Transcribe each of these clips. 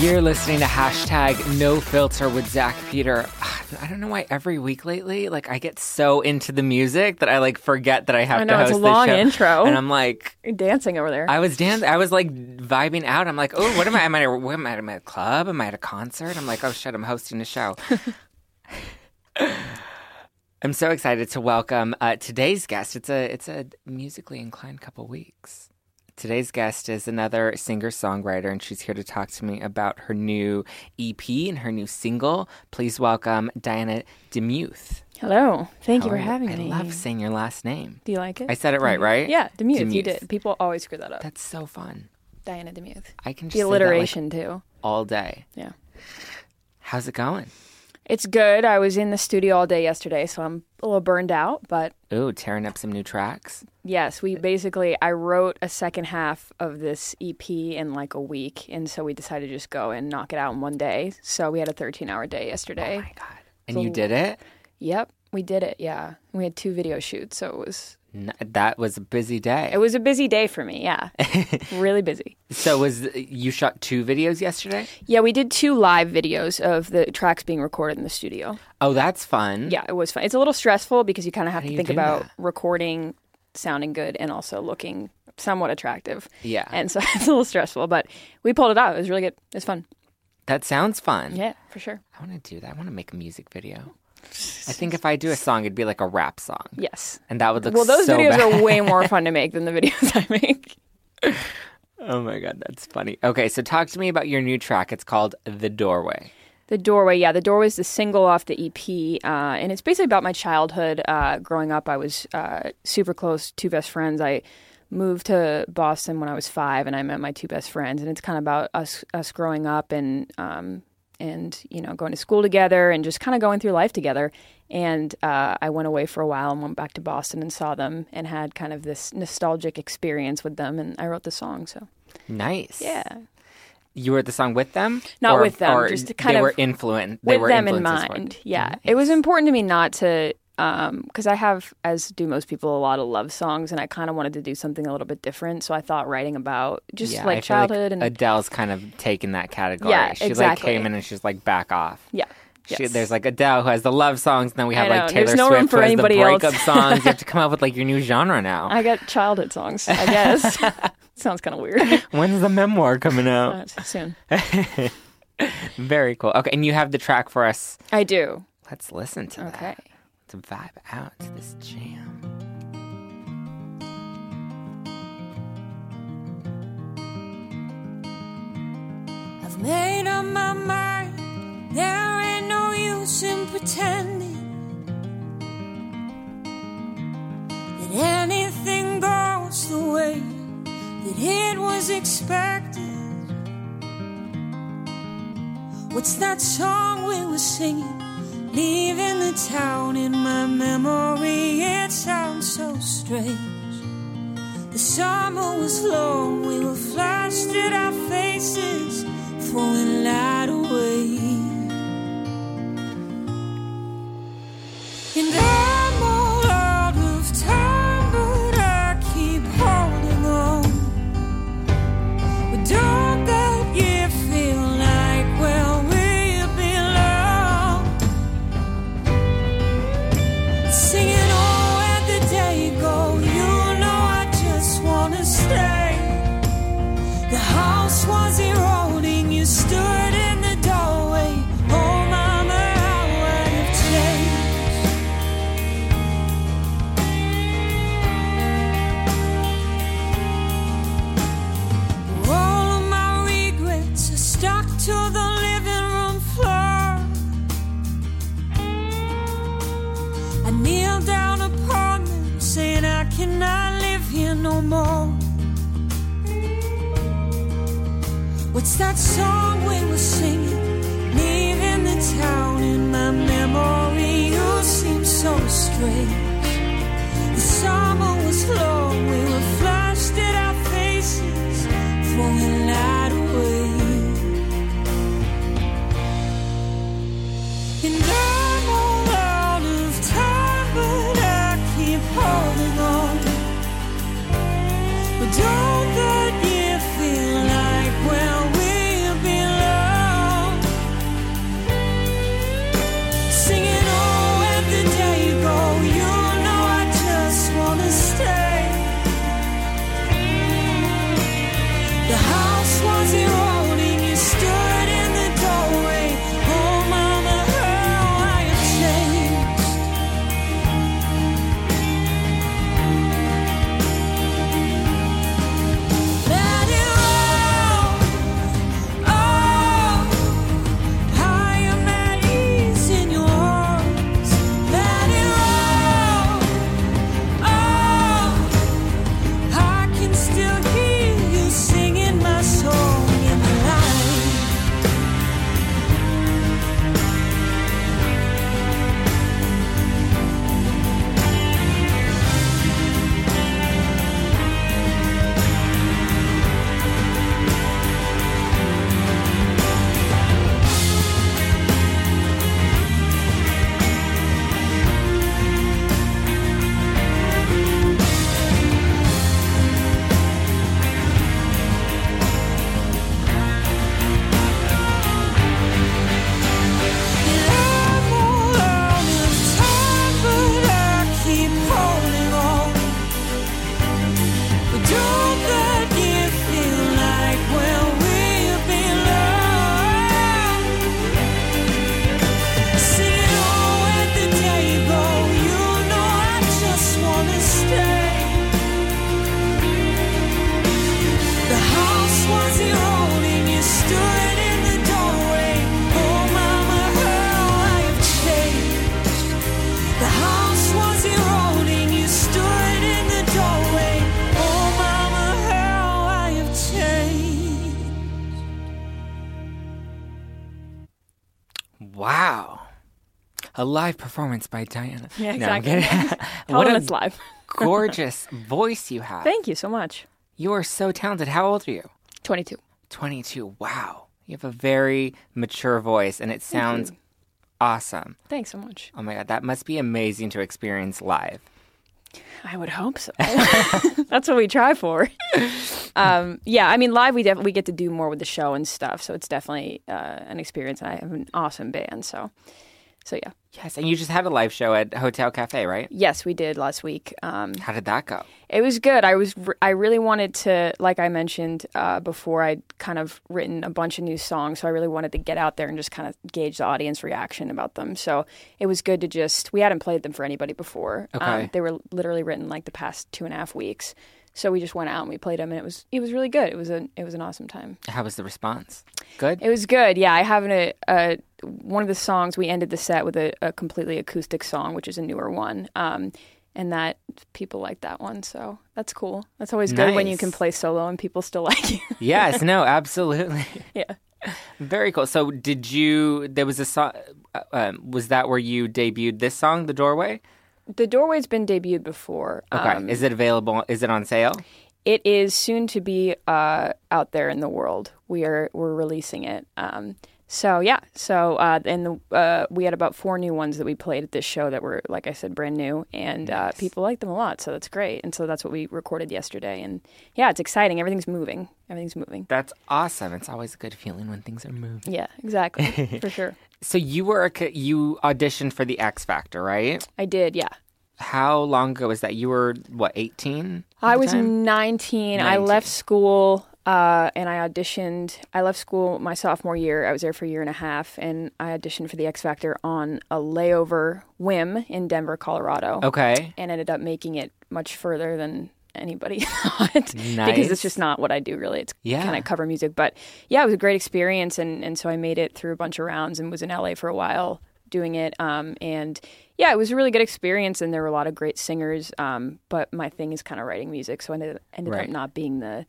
You're listening to hashtag no filter with Zach Peter. I don't know why every week lately, like I get so into the music that I like forget that I have I know, to it's host a long this show. intro. And I'm like, You're dancing over there. I was dancing, I was like vibing out. I'm like, oh, what am I? Am I, at a, what am I am I at a club? Am I at a concert? I'm like, oh shit, I'm hosting a show. I'm so excited to welcome uh, today's guest. It's a it's a musically inclined couple weeks. Today's guest is another singer songwriter, and she's here to talk to me about her new EP and her new single. Please welcome Diana Demuth. Hello. Thank you How for are having me. I love saying your last name. Do you like it? I said it right, right? Yeah, Demuth. You Demuth. did. People always screw that up. That's so fun. Diana Demuth. I can just The say that, like, alliteration too. all day. Yeah. How's it going? It's good. I was in the studio all day yesterday, so I'm a little burned out, but Ooh, tearing up some new tracks. yes, we basically I wrote a second half of this EP in like a week, and so we decided to just go and knock it out in one day. So we had a 13-hour day yesterday. Oh my god! And you did it. Yep, we did it. Yeah. We had two video shoots, so it was N- That was a busy day. it was a busy day for me. Yeah. really busy. So was you shot two videos yesterday? Yeah, we did two live videos of the tracks being recorded in the studio. Oh, that's fun. Yeah, it was fun. It's a little stressful because you kind of have do to you think do about that? recording, sounding good, and also looking somewhat attractive. Yeah. And so it's a little stressful, but we pulled it out. It was really good. It was fun. That sounds fun. Yeah, for sure. I want to do that. I want to make a music video. I think if I do a song, it'd be like a rap song, Yes. and that would look Well, those so videos bad. are way more fun to make than the videos I make. oh my god, that's funny. Okay, so talk to me about your new track. It's called "The Doorway." The Doorway, yeah. The Doorway is the single off the EP, uh, and it's basically about my childhood. Uh, growing up, I was uh, super close, two best friends. I moved to Boston when I was five, and I met my two best friends, and it's kind of about us us growing up and um, and you know going to school together and just kind of going through life together. And uh, I went away for a while and went back to Boston and saw them and had kind of this nostalgic experience with them, and I wrote the song. So Nice. yeah, You wrote the song with them, Not Or- with them, or just to kind they of- were influent. they with were them in influences for it. Mm-hmm. mind. Yeah, it was important to me not to, because I have, as do most people, a lot of love songs, and I kind of wanted to do something a little bit different. So I thought writing about just Yeah, I like feel like childhood and Adele's kind of taken that category. Yeah, she like exactly. came in and she's like back off. yeah, She, yes. there's like Adele who has the love songs, and then we have I like know, Taylor there's no Swift room for who has anybody the else. breakup songs. You have to come up with like your new genre now. I got childhood songs. I guess sounds kind of weird. When's the memoir coming out? But soon Very cool. Okay, and you have the track for us. I do. Let's listen to that. Okay. To vibe out to this jam. I've made up my mind. There ain't no use in pretending that anything goes the way that it was expected. What's that song we were singing? Leaving the town in my memory, it sounds so strange. The summer was long, we were flashed at our faces, throwing light away. And I'm all out of time, but I keep holding on. But don't that year feel like where we belong? Singing, oh, at the day go. You know, I just wanna stay. The house was eroding, you stood in the doorway. Oh, mama, I would have changed. All of my regrets are stuck to the living room floor. I kneel down upon them, saying I cannot live here no more. What's that song we were singing? Leaving the town in my memory, you seem so strange. The summer was long, we were flushed at our faces, throwing light away. And I'm all out of time, but I keep holding on. But don't that year feel like where we belong? oh, Oh, Oh, Oh. Oh, Oh, a live performance by Diana. Yeah, No, I'm exactly. kidding. Tell what them a it's live. gorgeous voice you have. Thank you so much. you are so talented. How old are you? 22. 22. Wow. You have a very mature voice and it sounds awesome. Thanks so much. Oh my God. That must be amazing to experience live. I would hope so. That's what we try for. Um, yeah, I mean, live we def- we get to do more with the show and stuff, so it's definitely uh, an experience. And I have an awesome band, so so yeah. Yes. And you just had a live show at Hotel Cafe, right? Yes, we did last week. Um, How did that go? it was good. I was I really wanted to, like I mentioned uh, before, I'd kind of written a bunch of new songs, so I really wanted to get out there and just kind of gauge the audience reaction about them. So it was good to just we hadn't played them for anybody before. Um, Okay. they were literally written like the past two and a half weeks. So we just went out and we played them, and it was it was really good. It was an it was an awesome time. How was the response? Good. It was good. Yeah, I have an, a, a one of the songs we ended the set with a, a completely acoustic song, which is a newer one. Um, and that people like that one, so that's cool. That's always good when you Nice. can play solo and people still like you. yes. No, absolutely. yeah. Very cool. So, did you? There was a song. Uh, um, was that where you debuted this song, "The Doorway"? The doorway's been debuted before. Okay. Um, is it available? Is it on sale? it is soon to be uh, out there in the world. We are we're releasing it. Um, so yeah, so uh, and the, uh, we had about four new ones that we played at this show that were like I said brand new, and uh, people like them a lot. So that's great, and so that's what we recorded yesterday. And yeah, it's exciting. Everything's moving. Everything's moving. That's awesome. It's always a good feeling when things are moving. Yeah, exactly for sure. So, you were a, co- you auditioned for the X Factor, right? I did. Yeah. How long ago was that? You were what, eighteen? I was 19. I left school uh, and I auditioned. I left school my sophomore year. I was there for a year and a half, and I auditioned for the X Factor on a layover whim in Denver, Colorado, Okay. and ended up making it much further than anybody thought because Nice. it's just not what I do really. It's Yeah. kind of cover music, but yeah, it was a great experience, and and so I made it through a bunch of rounds and was in LA for a while doing it. Um, and yeah, it was a really good experience, and there were a lot of great singers. Um, but my thing is kind of writing music, so I ended, ended Right. up not being the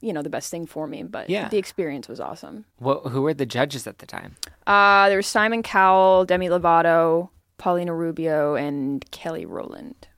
you know the best thing for me. But Yeah. the experience was awesome. What, who were the judges at the time? Uh, there was Simon Cowell, Demi Lovato, Paulina Rubio, and Kelly Rowland.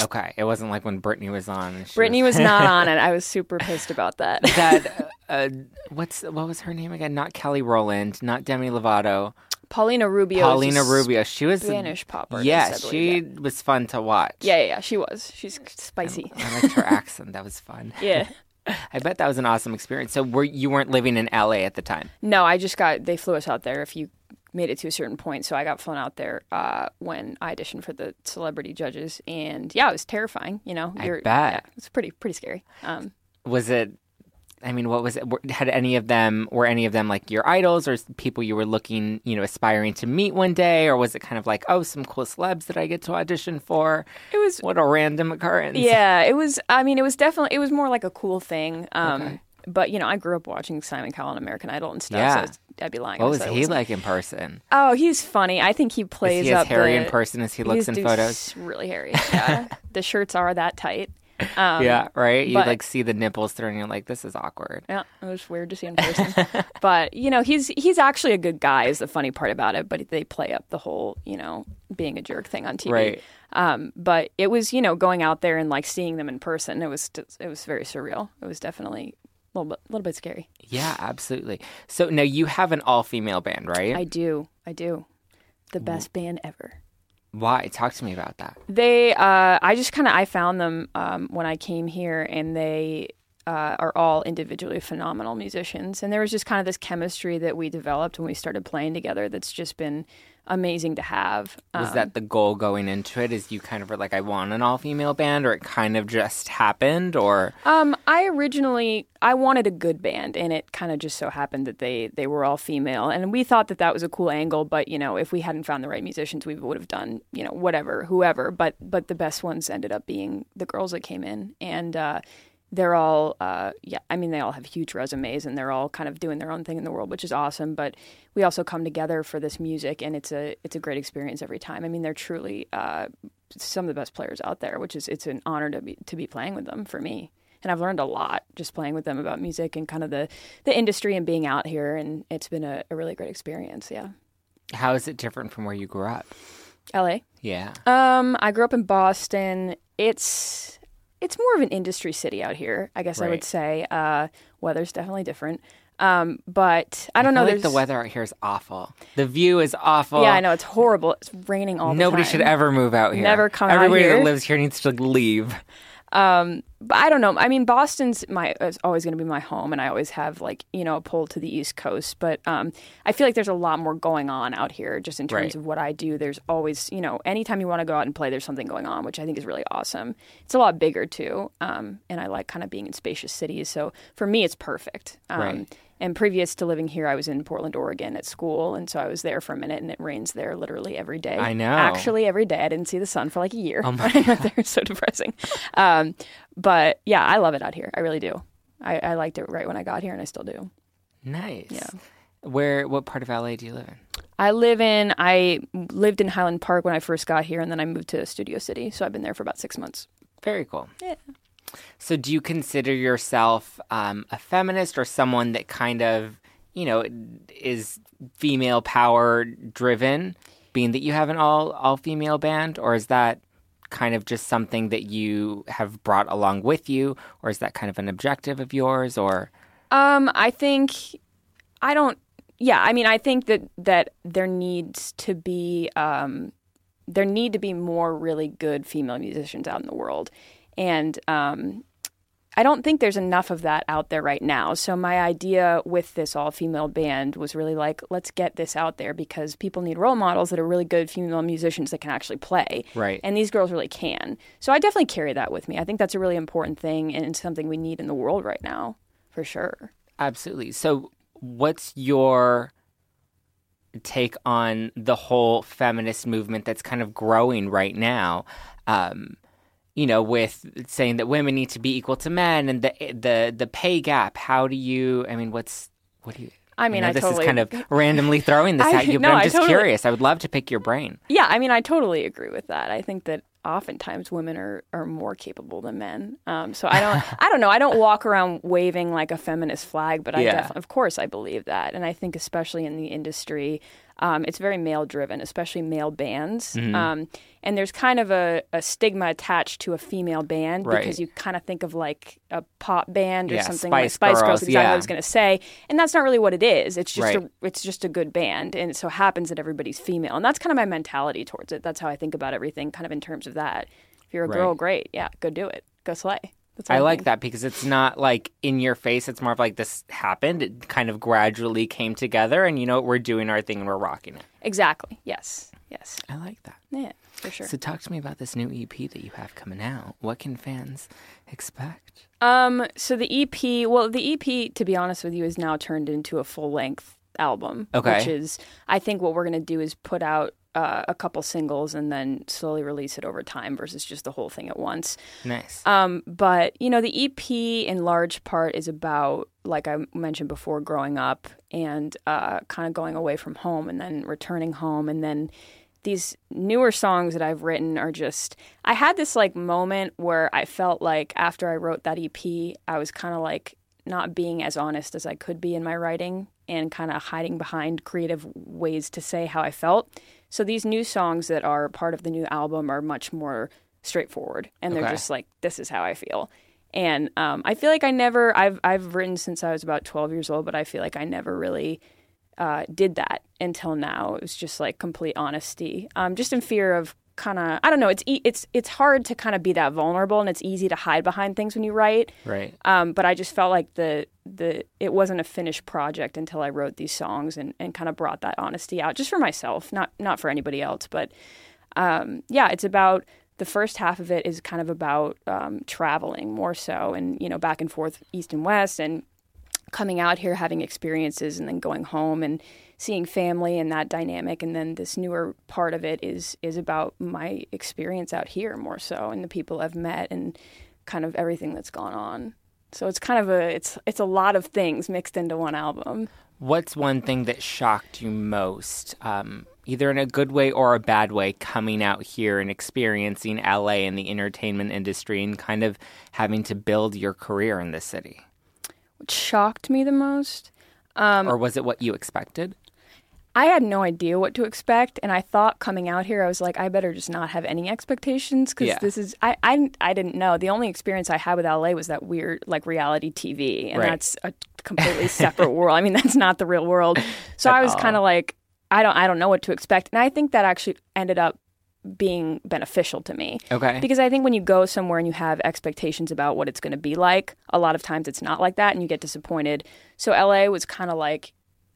Okay, it wasn't like when Britney was on. and she Brittany was not on it. I was super pissed about that. was- that. Uh, what's what was her name again? Not Kelly Rowland, not Demi Lovato. Paulina Rubio. is a Paulina Rubio. She was Spanish pop artist. I Yes, believe, she Yeah. was fun to watch. Yeah, yeah, yeah, she was. She's spicy. I liked her accent. That was fun. yeah. I bet that was an awesome experience. So were you weren't living in LA at the time? No, I just got. They flew us out there. If you made it to a certain point, so I got flown out there uh, when I auditioned for the celebrity judges, and yeah, it was terrifying. You know, I bet. yeah, it's pretty pretty scary. Um, Was it I mean, what was it? were- Had any of them were any of them like your idols or s- people you were looking, you know, aspiring to meet one day or was it kind of like, oh, some cool celebs that I get to audition for? it was. What a random occurrence. Yeah, it was. I mean, it was definitely. It was more like a cool thing. Um, But you know, I grew up watching Simon Cowell and American Idol and stuff. Yeah. So it's- I'd be lying. What if I was said I he wasn't- like in person? Oh, he's funny. I think he plays Is he as up hairy in the, person as he looks These in dudes photos? Really hairy. Yeah. the shirts are that tight. Um, yeah, right? You but- like see the nipples through and you're like, this is awkward. Yeah, it was weird to see in person, but you know he's he's actually a good guy. Is the funny part about it, but they play up the whole you know being a jerk thing on TV. Right. Um, but it was you know going out there and like seeing them in person. It was it was very surreal. It was definitely a little bit little bit scary. Yeah, absolutely. So now you have an all female band, right? I do, I do, the best band ever. Why? Talk to me about that. They, uh, I just kind of I found them um, when I came here, and they uh, are all individually phenomenal musicians. And there was just kind of this chemistry that we developed when we started playing together. That's just been amazing to have. Um, Was that the goal going into it? Is you kind of were like, I want an all female band, or it kind of just happened, or Um, I originally I wanted a good band, and it kind of just so happened that they they were all female, and we thought that that was a cool angle. But you know, if we hadn't found the right musicians, we would have done you know whatever, whoever. But but the best ones ended up being the girls that came in, and uh, they're all uh, yeah. I mean, they all have huge resumes, and they're all kind of doing their own thing in the world, which is awesome. But we also come together for this music, and it's a it's a great experience every time. I mean, they're truly. Uh, some of the best players out there, which is it's an honor to be to be playing with them for me. And I've learned a lot just playing with them about music and kind of the the industry and being out here and it's been a, a really great experience. Yeah. How is it different from where you grew up? LA. Yeah. Um, I grew up in Boston. It's it's more of an industry city out here, I guess I Right. would say. Uh, weather's definitely different. Um, but I don't know. feel There's like the weather out here is awful. The view is awful. Yeah, I know it's horrible. It's raining all the Nobody time. should ever move out here. Never come out Everybody here. that lives here needs to leave. but I don't know. I mean, Boston's my is always going to be my home, and I always have like you know a pull to the East Coast. But um, I feel like there's a lot more going on out here, just in terms Right. of what I do. There's always you know anytime you want to go out and play, there's something going on, which I think is really awesome. It's a lot bigger too, um, and I like kind of being in spacious cities. So for me, it's perfect. Um, Right. And previous to living here, I was in Portland, Oregon at school, and so I was there for a minute, and it rains there literally every day. I know. Actually, every day. I didn't see the sun for like a year. Oh my God. They're so depressing. Um, but yeah, I love it out here. I really do. I, I liked it right when I got here, and I still do. Nice. Where? What part of LA do you live in? I live in. I lived in Highland Park when I first got here, and then I moved to Studio City. So I've been there for about six months. Very cool. Yeah. So, do you consider yourself um, a feminist or someone that kind of, you know, is female power driven, being that you have an all all female band, or is that kind of just something that you have brought along with you, or is that kind of an objective of yours, or Um, I think I don't. Yeah, I mean, I think that that there needs to be um, there need to be more really good female musicians out in the world, and um, I don't think there's enough of that out there right now. So my idea with this all female band was really like, let's get this out there because people need role models that are really good female musicians that can actually play. Right. And these girls really can. So I definitely carry that with me. I think that's a really important thing and it's something we need in the world right now, for sure. absolutely? So, what's your take on the whole feminist movement that's kind of growing right now? Um, you know, with saying that women need to be equal to men and the the the pay gap. How do you? I mean, what's what do you? I mean, know I this totally- is kind of randomly throwing this I- at you, but no, I'm I just totally- curious. I would love to pick your brain. Yeah, I mean, I totally agree with that. I think that oftentimes women are, are more capable than men. Um, so I don't, I don't know. I don't walk around waving like a feminist flag, but I Yeah. definitely, of course, I believe that, and I think especially in the industry, um, it's very male driven, especially male bands. Mm-hmm. Um, and there's kind of a, a stigma attached to a female band Right. because you kind of think of like a pop band or Yeah, something like Spice Spice Girls. Girls, Exactly what I yeah. was going to say, and that's not really what it is. It's just Right. a, it's just a good band, and it so happens that everybody's female, and that's kind of my mentality towards it. That's how I think about everything, kind of in terms of that. If you're a girl, Right. great, yeah, go do it, go slay. That's what I like think. that because it's not like in your face. It's more of like this happened. It kind of gradually came together, and you know what? We're doing our thing and we're rocking it. exactly. Yes, yes, I like that. yeah, for sure. So, talk to me about this new EP that you have coming out. What can fans expect? Um, so the EP, well, the EP, to be honest with you, is now turned into a full length album. Okay. Which is, I think, what we're going to do is put out uh, a couple singles and then slowly release it over time versus just the whole thing at once. Nice. Um, but you know, the EP in large part is about, like I mentioned before, growing up and uh, kind of going away from home and then returning home. And then these newer songs that I've written are just. I had this like moment where I felt like after I wrote that EP, I was kind of like not being as honest as I could be in my writing and kind of hiding behind creative ways to say how I felt. So these new songs that are part of the new album are much more straightforward and they're Okay. just like this is how I feel. And um, I feel like I never I've I've written since I was about 12 years old, but I feel like I never really uh, did that until now. It was just like complete honesty, um, just in fear of kind of I don't know. It's e- it's it's hard to kind of be that vulnerable, and it's easy to hide behind things when you write. right. Um, but I just felt like the the it wasn't a finished project until I wrote these songs and, and kind of brought that honesty out just for myself, not not for anybody else. But um, yeah, it's about the first half of it is kind of about um, traveling more so, and you know back and forth east and west, and coming out here, having experiences, and then going home and seeing family and that dynamic. And then this newer part of it is is about my experience out here more so, and the people I've met, and kind of everything that's gone on. So it's kind of a it's it's a lot of things mixed into one album. What's one thing that shocked you most, um, either in a good way or a bad way, coming out here and experiencing LA and the entertainment industry and kind of having to build your career in this city? What shocked me the most? Um, or was it what you expected? I had no idea what to expect, and I thought coming out here, I was like, I better just not have any expectations because Yeah. this is I, I I didn't know. The only experience I had with LA was that weird like reality TV, and Right. that's a completely separate world. I mean, that's not the real world. So At I was all. kind of like, I don't I don't know what to expect, and I think that actually ended up being beneficial to me. Okay. Because I think when you go somewhere and you have expectations about what it's going to be like, a lot of times it's not like that and you get disappointed. So LA was kind of like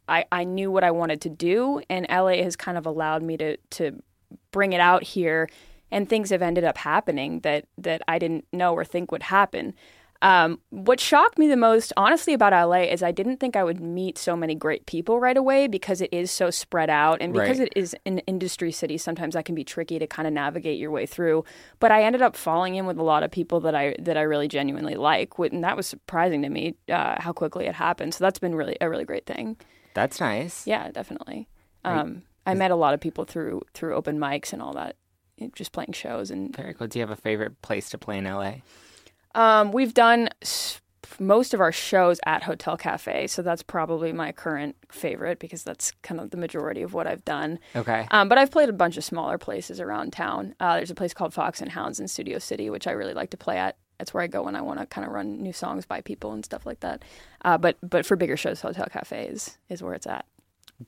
I, I knew what I wanted to do and LA has kind of allowed me to to bring it out here and things have ended up happening that that I didn't know or think would happen. Um, what shocked me the most, honestly, about LA is I didn't think I would meet so many great people right away because it is so spread out and because Right. it is an industry city. Sometimes that can be tricky to kind of navigate your way through. But I ended up falling in with a lot of people that I that I really genuinely like, with- and that was surprising to me uh, how quickly it happened. So that's been really a really great thing. That's nice. Yeah, definitely. Um, I met a lot of people through through open mics and all that, you know, just playing shows and Very cool. Do you have a favorite place to play in LA? Um, we've done s- most of our shows at Hotel Cafe, so that's probably my current favorite because that's kind of the majority of what I've done. Okay. Um, but I've played a bunch of smaller places around town. Uh, there's a place called Fox and Hounds in Studio City, which I really like to play at. That's where I go when I want to kind of run new songs by people and stuff like that. Uh, but but for bigger shows, Hotel Cafe is, is where it's at.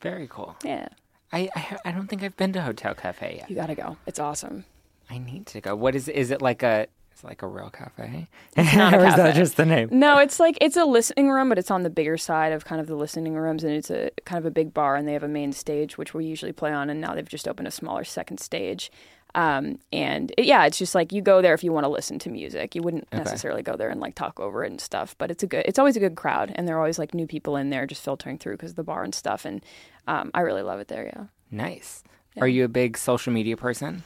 Very cool. Yeah, I, I ha- I don't think I've been to Hotel Cafe yet. you gotta go. It's awesome. I need to go. What is is it like a is it like a real cafe? not a or is that cafe. just the name? No, it's like it's a listening room, but it's on the bigger side of kind of the listening rooms, and it's a kind of a big bar, and they have a main stage which we usually play on, and now they've just opened a smaller second stage. Um, and it- yeah, it's just like you go there if you want to listen to music. You wouldn't necessarily go there and like talk over it and stuff, but it's a good. It's always a good crowd, and there are always like new people in there just filtering through because the bar and stuff. And um, I really love it there. Yeah. Nice. Are you a big social media person?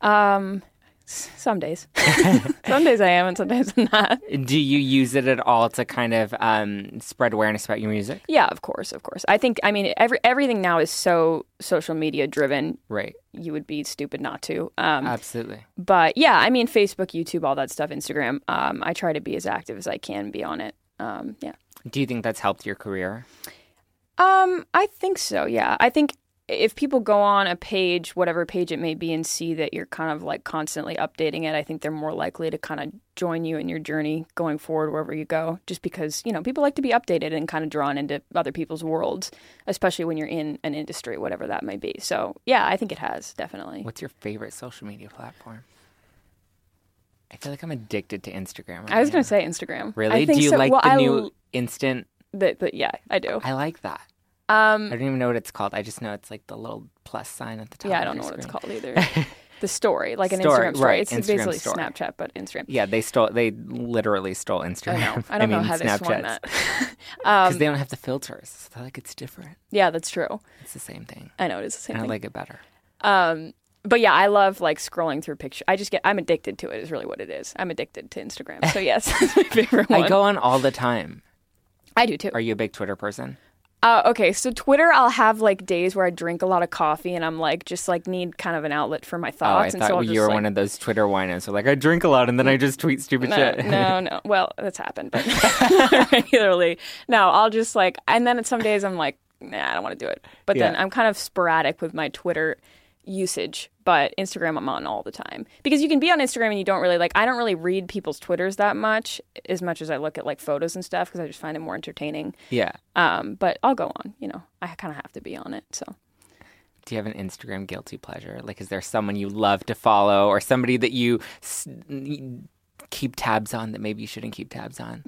Um, s- some days, some days I am, and sometimes I'm not. Do you use it at all to kind of um, spread awareness about your music? Yeah, of course, of course. I think I mean every everything now is so social media driven. Right. You would be stupid not to. Um, Uh, Absolutely. but yeah, I mean Facebook, YouTube, all that stuff, Instagram. Um, I try to be as active as I can be on it. Um, yeah. Do you think that's helped your career? Um, I think so. Yeah, I think if people go on a page, whatever page it may be, and see that you're kind of like constantly updating it, I think they're more likely to kind of join you in your journey going forward wherever you go. Just because you know people like to be updated and kind of drawn into other people's worlds, especially when you're in an industry, whatever that may be. So yeah, I think it has definitely. What's your favorite social media platform? I feel like I'm addicted to Instagram. right I was now. going to say Instagram. Really? I think Do you so. like well, the I new l- instant? The, the, yeah, I do. I like that. I Um, don't even know what it's called. I just know it's like the little plus sign at the top. yeah, I of don't know your what it's screen. called either. the story, like an Story, Instagram story. right, It's Instagram basically story. Snapchat, but Instagram. Yeah, they stole. They literally stole Instagram. I know. I don't know mean, how they swung Snapchat. that. Um, because they don't have the filters. So they're like it's different. yeah, that's true. It's the same thing. I know it's the same And I thing. like it better. um, but yeah, I love like scrolling through pictures. I just get I'm addicted to it. Is really what it is. I'm addicted to Instagram. So yes, that's my favorite one. I go on all the time. I do too. Are you a big Twitter person? Uh, okay, so Twitter, I'll have like days where I drink a lot of coffee and I'm like just like need kind of an outlet for Oh, my I thoughts. and thought so I'll you just, were like, one of those Twitter winos. So like I drink a lot and then I just tweet stupid no, shit. no, no. Well, that's happened, but regularly. No, I'll just like, and then some days I'm like, nah, I don't want to do it. But then Yeah. I'm kind of sporadic with my Twitter usage, but Instagram I'm on all the time because you can be on Instagram and you don't really like. I don't really read people's Twitters that much, as much as I look at like photos and stuff because I just find it more entertaining. yeah. Um, but I'll go on. You know, I kind of have to be on it. So Do you have an Instagram guilty pleasure? Like, is there someone you love to follow or somebody that you s- n- keep tabs on that maybe you shouldn't keep tabs on?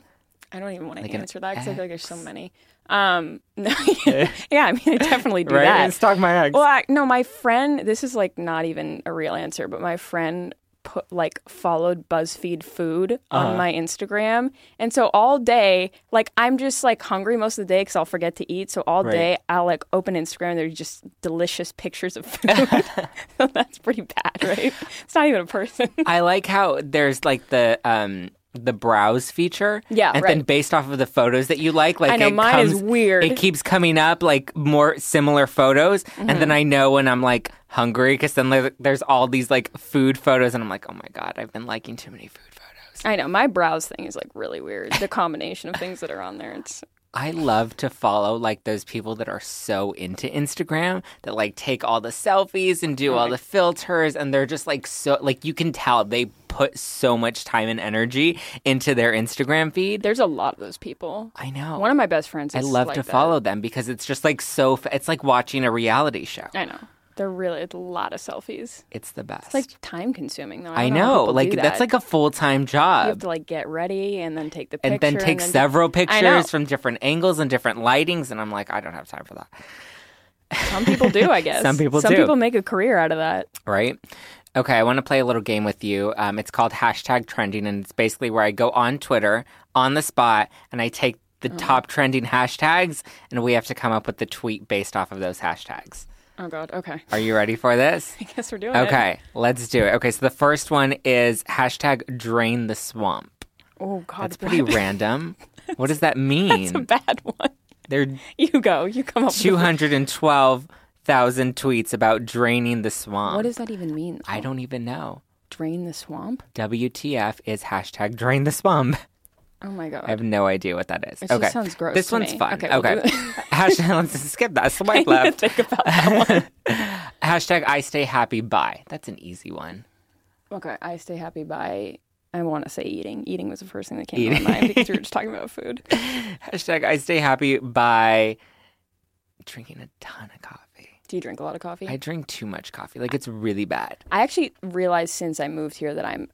I don't even want to Like an answer that because I feel like there's so many. Um, no, yeah, I mean, I definitely do Right? that. It's Stalk my ex. Well, I, no, my friend. This is like not even a real answer, but my friend put like followed BuzzFeed food on Uh-huh. my Instagram, and so all day, like I'm just like hungry most of the day because I'll forget to eat. So all Right. day, I'll like open Instagram. and There's just delicious pictures of food. so that's pretty bad, right? It's not even a person. I like how there's like the um the browse feature. Yeah, And then right. based off of the photos that you like, like I know, it mine is comes- weird. It keeps coming up like more similar photos, and Mm-hmm. then I know when I'm like hungry because then there- there's all these like food photos, and I'm like, oh my god, I've been liking too many food photos. I know my browse thing is like really weird. The combination of things that are on there, it's I love to follow like those people that are so into Instagram that like take all the selfies and do Mm-hmm. all the filters and they're just like so like you can tell they put so much time and energy into their Instagram feed. There's a lot of those people. I know. One of my best friends. I Is love like to that. follow them because it's just like so f- it's like watching a reality show. I know. They're really it's a lot of selfies. It's the best. It's like time consuming though. I don't how know. people Like do that's that. like a full-time job. you have to like get ready and then take the picture and then take do- several I know. pictures from different angles and different lightings and i'm like i don't have time for that Some people do, I guess. Some people Some do. people make a career out of that. right okay i want to play a little game with you um, it's called hashtag trending and it's basically where i go on twitter on the spot and i take the Uh-huh. top trending hashtags and we have to come up with the tweet based off of those hashtags Oh God. Okay. are you ready for this I guess we're doing it. okay let's do it okay so the first one is hashtag drain the swamp Oh God. that's pretty random what does that mean It's a bad one. they're You go. You come up. with 212,000 tweets about draining the swamp. What does that even mean? I don't even know. drain the swamp. WTF is hashtag drain the swamp. Oh my I god. have no idea what that is. just okay. sounds gross This to one's me. fun. Okay, Okay. we'll do it. hashtag, let's skip that. Swipe left. Think about that. Hashtag I stay happy. Bye. That's an easy one. okay. I stay happy by. I want to say eating. Eating was the first thing that came to my mind because we were just talking about food. Hashtag I stay happy by drinking a ton of coffee. Do you drink a lot of coffee? I drink too much coffee. Like, it's really bad. I actually realized since I moved here that I'm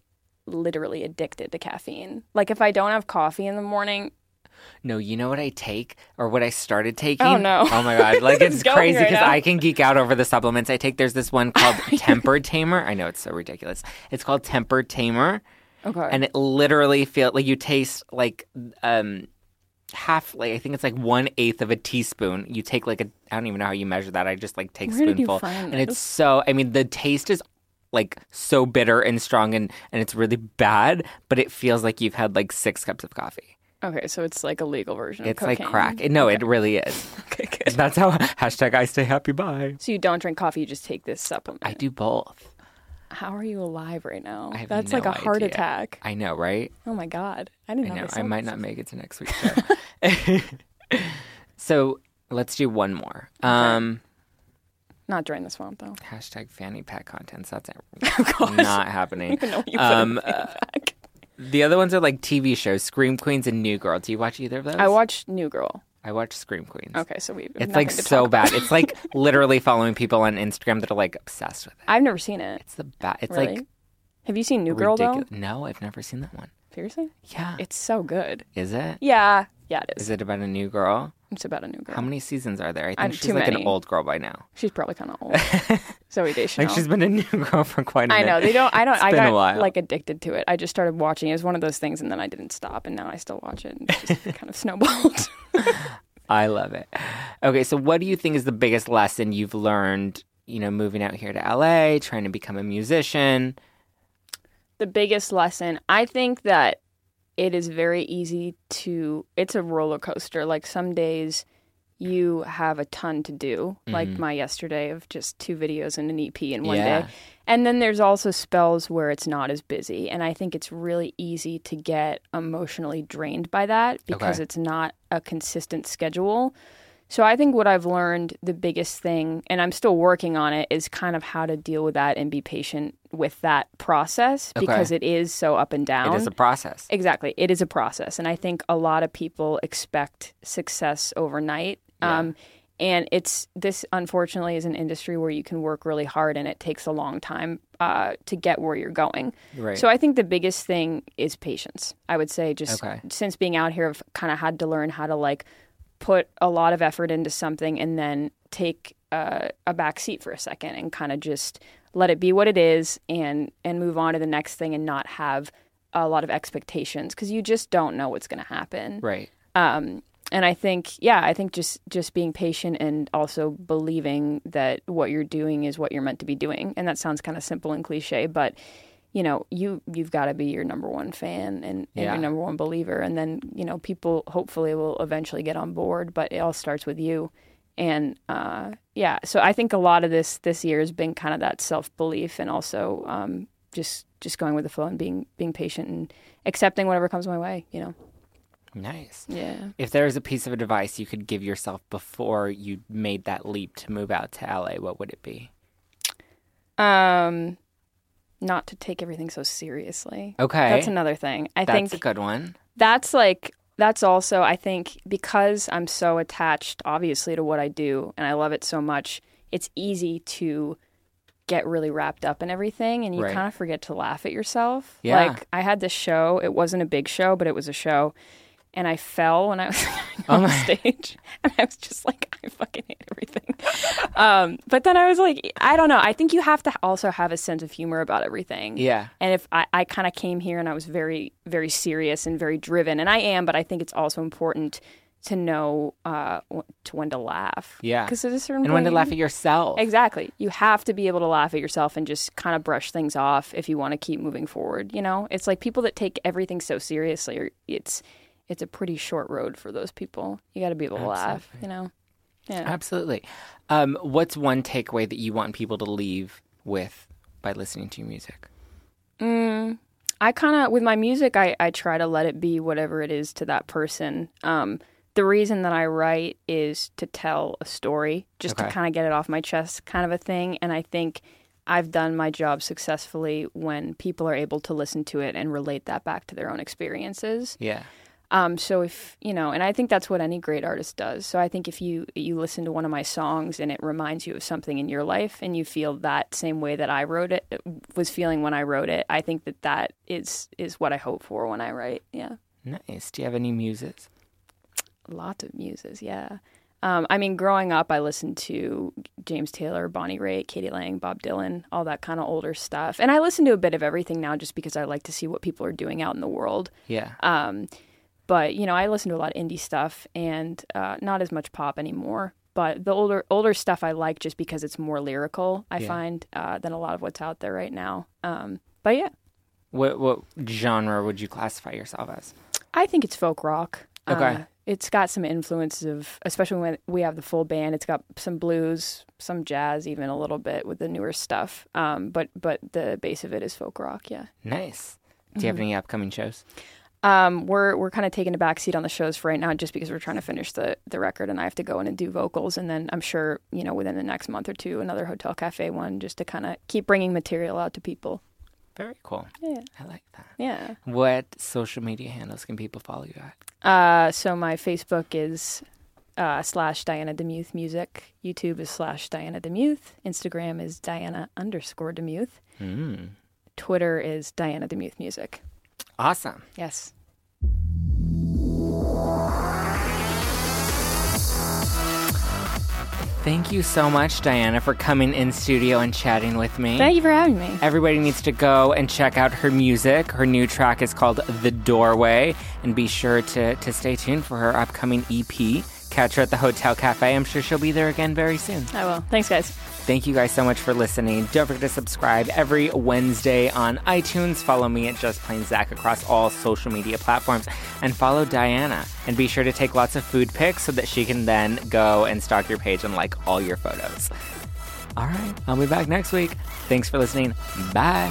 literally addicted to caffeine. Like if I don't have coffee in the morning, No, you know what I take or what I started taking? Oh, no. Oh my god. Like It's it's going crazy right because now. I can geek out over the supplements I take. There's this one called Temper Tamer. I know it's so ridiculous. It's called Temper Tamer okay, and it literally feels like you taste like um half like I think it's like one eighth of a teaspoon. You take like a I don't even know how you measure that. I just like take Where did you spoonful. find and it's so I mean the taste is like so bitter and strong and and it's really bad, but it feels like you've had like six cups of coffee. okay, so it's like a legal version. It's of cocaine. like crack. No, it really is. Okay, good. That's how hashtag I stay happy. Bye. So you don't drink coffee, you just take this supplement. I do both. How are you alive right now? I have That's no like a heart idea. attack. I know, right? Oh my god, I didn't I know. this. I might not make it to next week's show. so let's do one more. Um, Not drain the swamp though. hashtag fanny pack contents. That's it. gosh. not happening. I know you put Um, it back. The other ones are like TV shows, Scream Queens and New Girl. Do you watch either of those? I watched New Girl. I watch Scream Queens. Okay, so we. It's like so bad. It's like literally following people on Instagram that are like obsessed with it. I've never seen it. It's the bad. It's Really? like have you seen New Girl ridiculous. though? No, I've never seen that one. Seriously, Yeah. it's so good. Is it? Yeah, yeah, it is. Is it about a new girl? It's about a new girl. How many seasons are there? I think I'm- she's Uh, too like many. an old girl by now. She's probably kind of old. Zoe Deschanel. Like she's been a new girl for quite a I know minute. they don't. I don't. It's I been a got while. like addicted to it. I just started watching. It was one of those things, and then I didn't stop, and now I still watch it. And it's just kind of snowballed. I love it. Okay, so what do you think is the biggest lesson you've learned? You know, moving out here to LA, trying to become a musician. the biggest lesson. I think that it is very easy to. It's a roller coaster. Like some days you have a ton to do, like my yesterday of just two videos and an EP in one Mm-hmm. Yeah. day. And then there's also spells where it's not as busy. And I think it's really easy to get emotionally drained by that because Okay. it's not a consistent schedule. So I think what I've learned, the biggest thing, and I'm still working on it, is kind of how to deal with that and be patient with that process Okay. because it is so up and down. It is a process. Exactly. It is a process. And I think a lot of people expect success overnight. Um, and it's this, unfortunately, is an industry where you can work really hard and it takes a long time uh, to get where you're going. Right. So I think the biggest thing is patience. I would say just Okay. since being out here, I've kind of had to learn how to like put a lot of effort into something and then take uh, a back seat for a second and kind of just let it be what it is and and move on to the next thing and not have a lot of expectations because you just don't know what's going to happen right. um, and I think yeah, I think just just being patient and also believing that what you're doing is what you're meant to be doing. And that sounds kind of simple and cliche, but you know, you you've got to be your number one fan and, and Yeah. your number one believer, and then you know people hopefully will eventually get on board. But it all starts with you. And uh, yeah, so I think a lot of this this year has been kind of that self belief and also um, just just going with the flow and being being patient and accepting whatever comes my way. You know. Nice. Yeah. If there was a piece of advice you could give yourself before you made that leap to move out to LA, what would it be? Um, not to take everything so seriously. Okay. That's another thing. I That's think a good one. that's like that's also I think because I'm so attached obviously to what I do and I love it so much, it's easy to get really wrapped up in everything and you Right. kind of forget to laugh at yourself. Yeah. Like I had this show, it wasn't a big show, but it was a show and I fell when I was Oh on stage and I was just like I fucking hate everything. um, but then I was like I don't know, I think you have to also have a sense of humor about everything. Yeah. And if I, I kind of came here and I was very, very serious and very driven, and I am, but I think it's also important to know uh, w- to when to laugh. Yeah. Because there's a certain And when to point- laugh at yourself. Mm-hmm. Exactly. You have to be able to laugh at yourself and just kind of brush things off if you want to keep moving forward. You know, it's like people that take everything so seriously, are- it's it's a pretty short road for those people. You got to be able to laugh. You know. Yeah. Absolutely. Um, what's one takeaway that you want people to leave with by listening to your music? I kind of with my music, I I try to let it be whatever it is to that person. Um, the reason that I write is to tell a story, just Okay. to kind of get it off my chest, kind of a thing. And I think I've done my job successfully when people are able to listen to it and relate that back to their own experiences. Yeah. Um, so if you know, and I think that's what any great artist does. So I think if you you listen to one of my songs and it reminds you of something in your life, and you feel that same way that I wrote it was feeling when I wrote it, I think that that is is what I hope for when I write. Yeah, Nice. Do you have any muses? lots of muses. Yeah, um, I mean, growing up, I listened to James Taylor, Bonnie Raitt, Katie Lang, Bob Dylan, all that kind of older stuff, and I listen to a bit of everything now just because I like to see what people are doing out in the world. Yeah. Um, but you know, I listen to a lot of indie stuff and uh, not as much pop anymore. But the older older stuff I like just because it's more lyrical. I Yeah. find uh, than a lot of what's out there right now. Um, but yeah, What what genre would you classify yourself as? I think it's folk rock. Okay. Uh, it's got some influences of, especially when we have the full band. It's got some blues, some jazz, even a little bit with the newer stuff. Um, but but the base of it is folk rock. Yeah. Nice. Do you Mm-hmm. have any upcoming shows? Um, we're we're kind of taking a backseat on the shows for right now, just because we're trying to finish the the record, and I have to go in and do vocals, and then I'm sure you know within the next month or two, another Hotel Cafe one, just to kind of keep bringing material out to people. Very cool. Yeah, I like that. yeah. What social media handles can people follow you at? Uh, so my Facebook is uh, slash Diana Demuth Music, YouTube is slash Diana Demuth, Instagram is Diana underscore Demuth, Mm. Twitter is Diana Demuth Music. Awesome. Yes. Thank you so much, Diana, for coming in studio and chatting with me. Thank you for having me. Everybody needs to go and check out her music. Her new track is called The Doorway, and be sure to, to stay tuned for her upcoming EP. Catch her at the Hotel Cafe. I'm sure she'll be there again very soon. I will. Thanks, guys. Thank you guys so much for listening. Don't forget to subscribe every Wednesday on iTunes. Follow me at Just Plain Zach across all social media platforms. And follow Diana. And be sure to take lots of food pics so that she can then go and stalk your page and like all your photos. All right, I'll be back next week. Thanks for listening. Bye.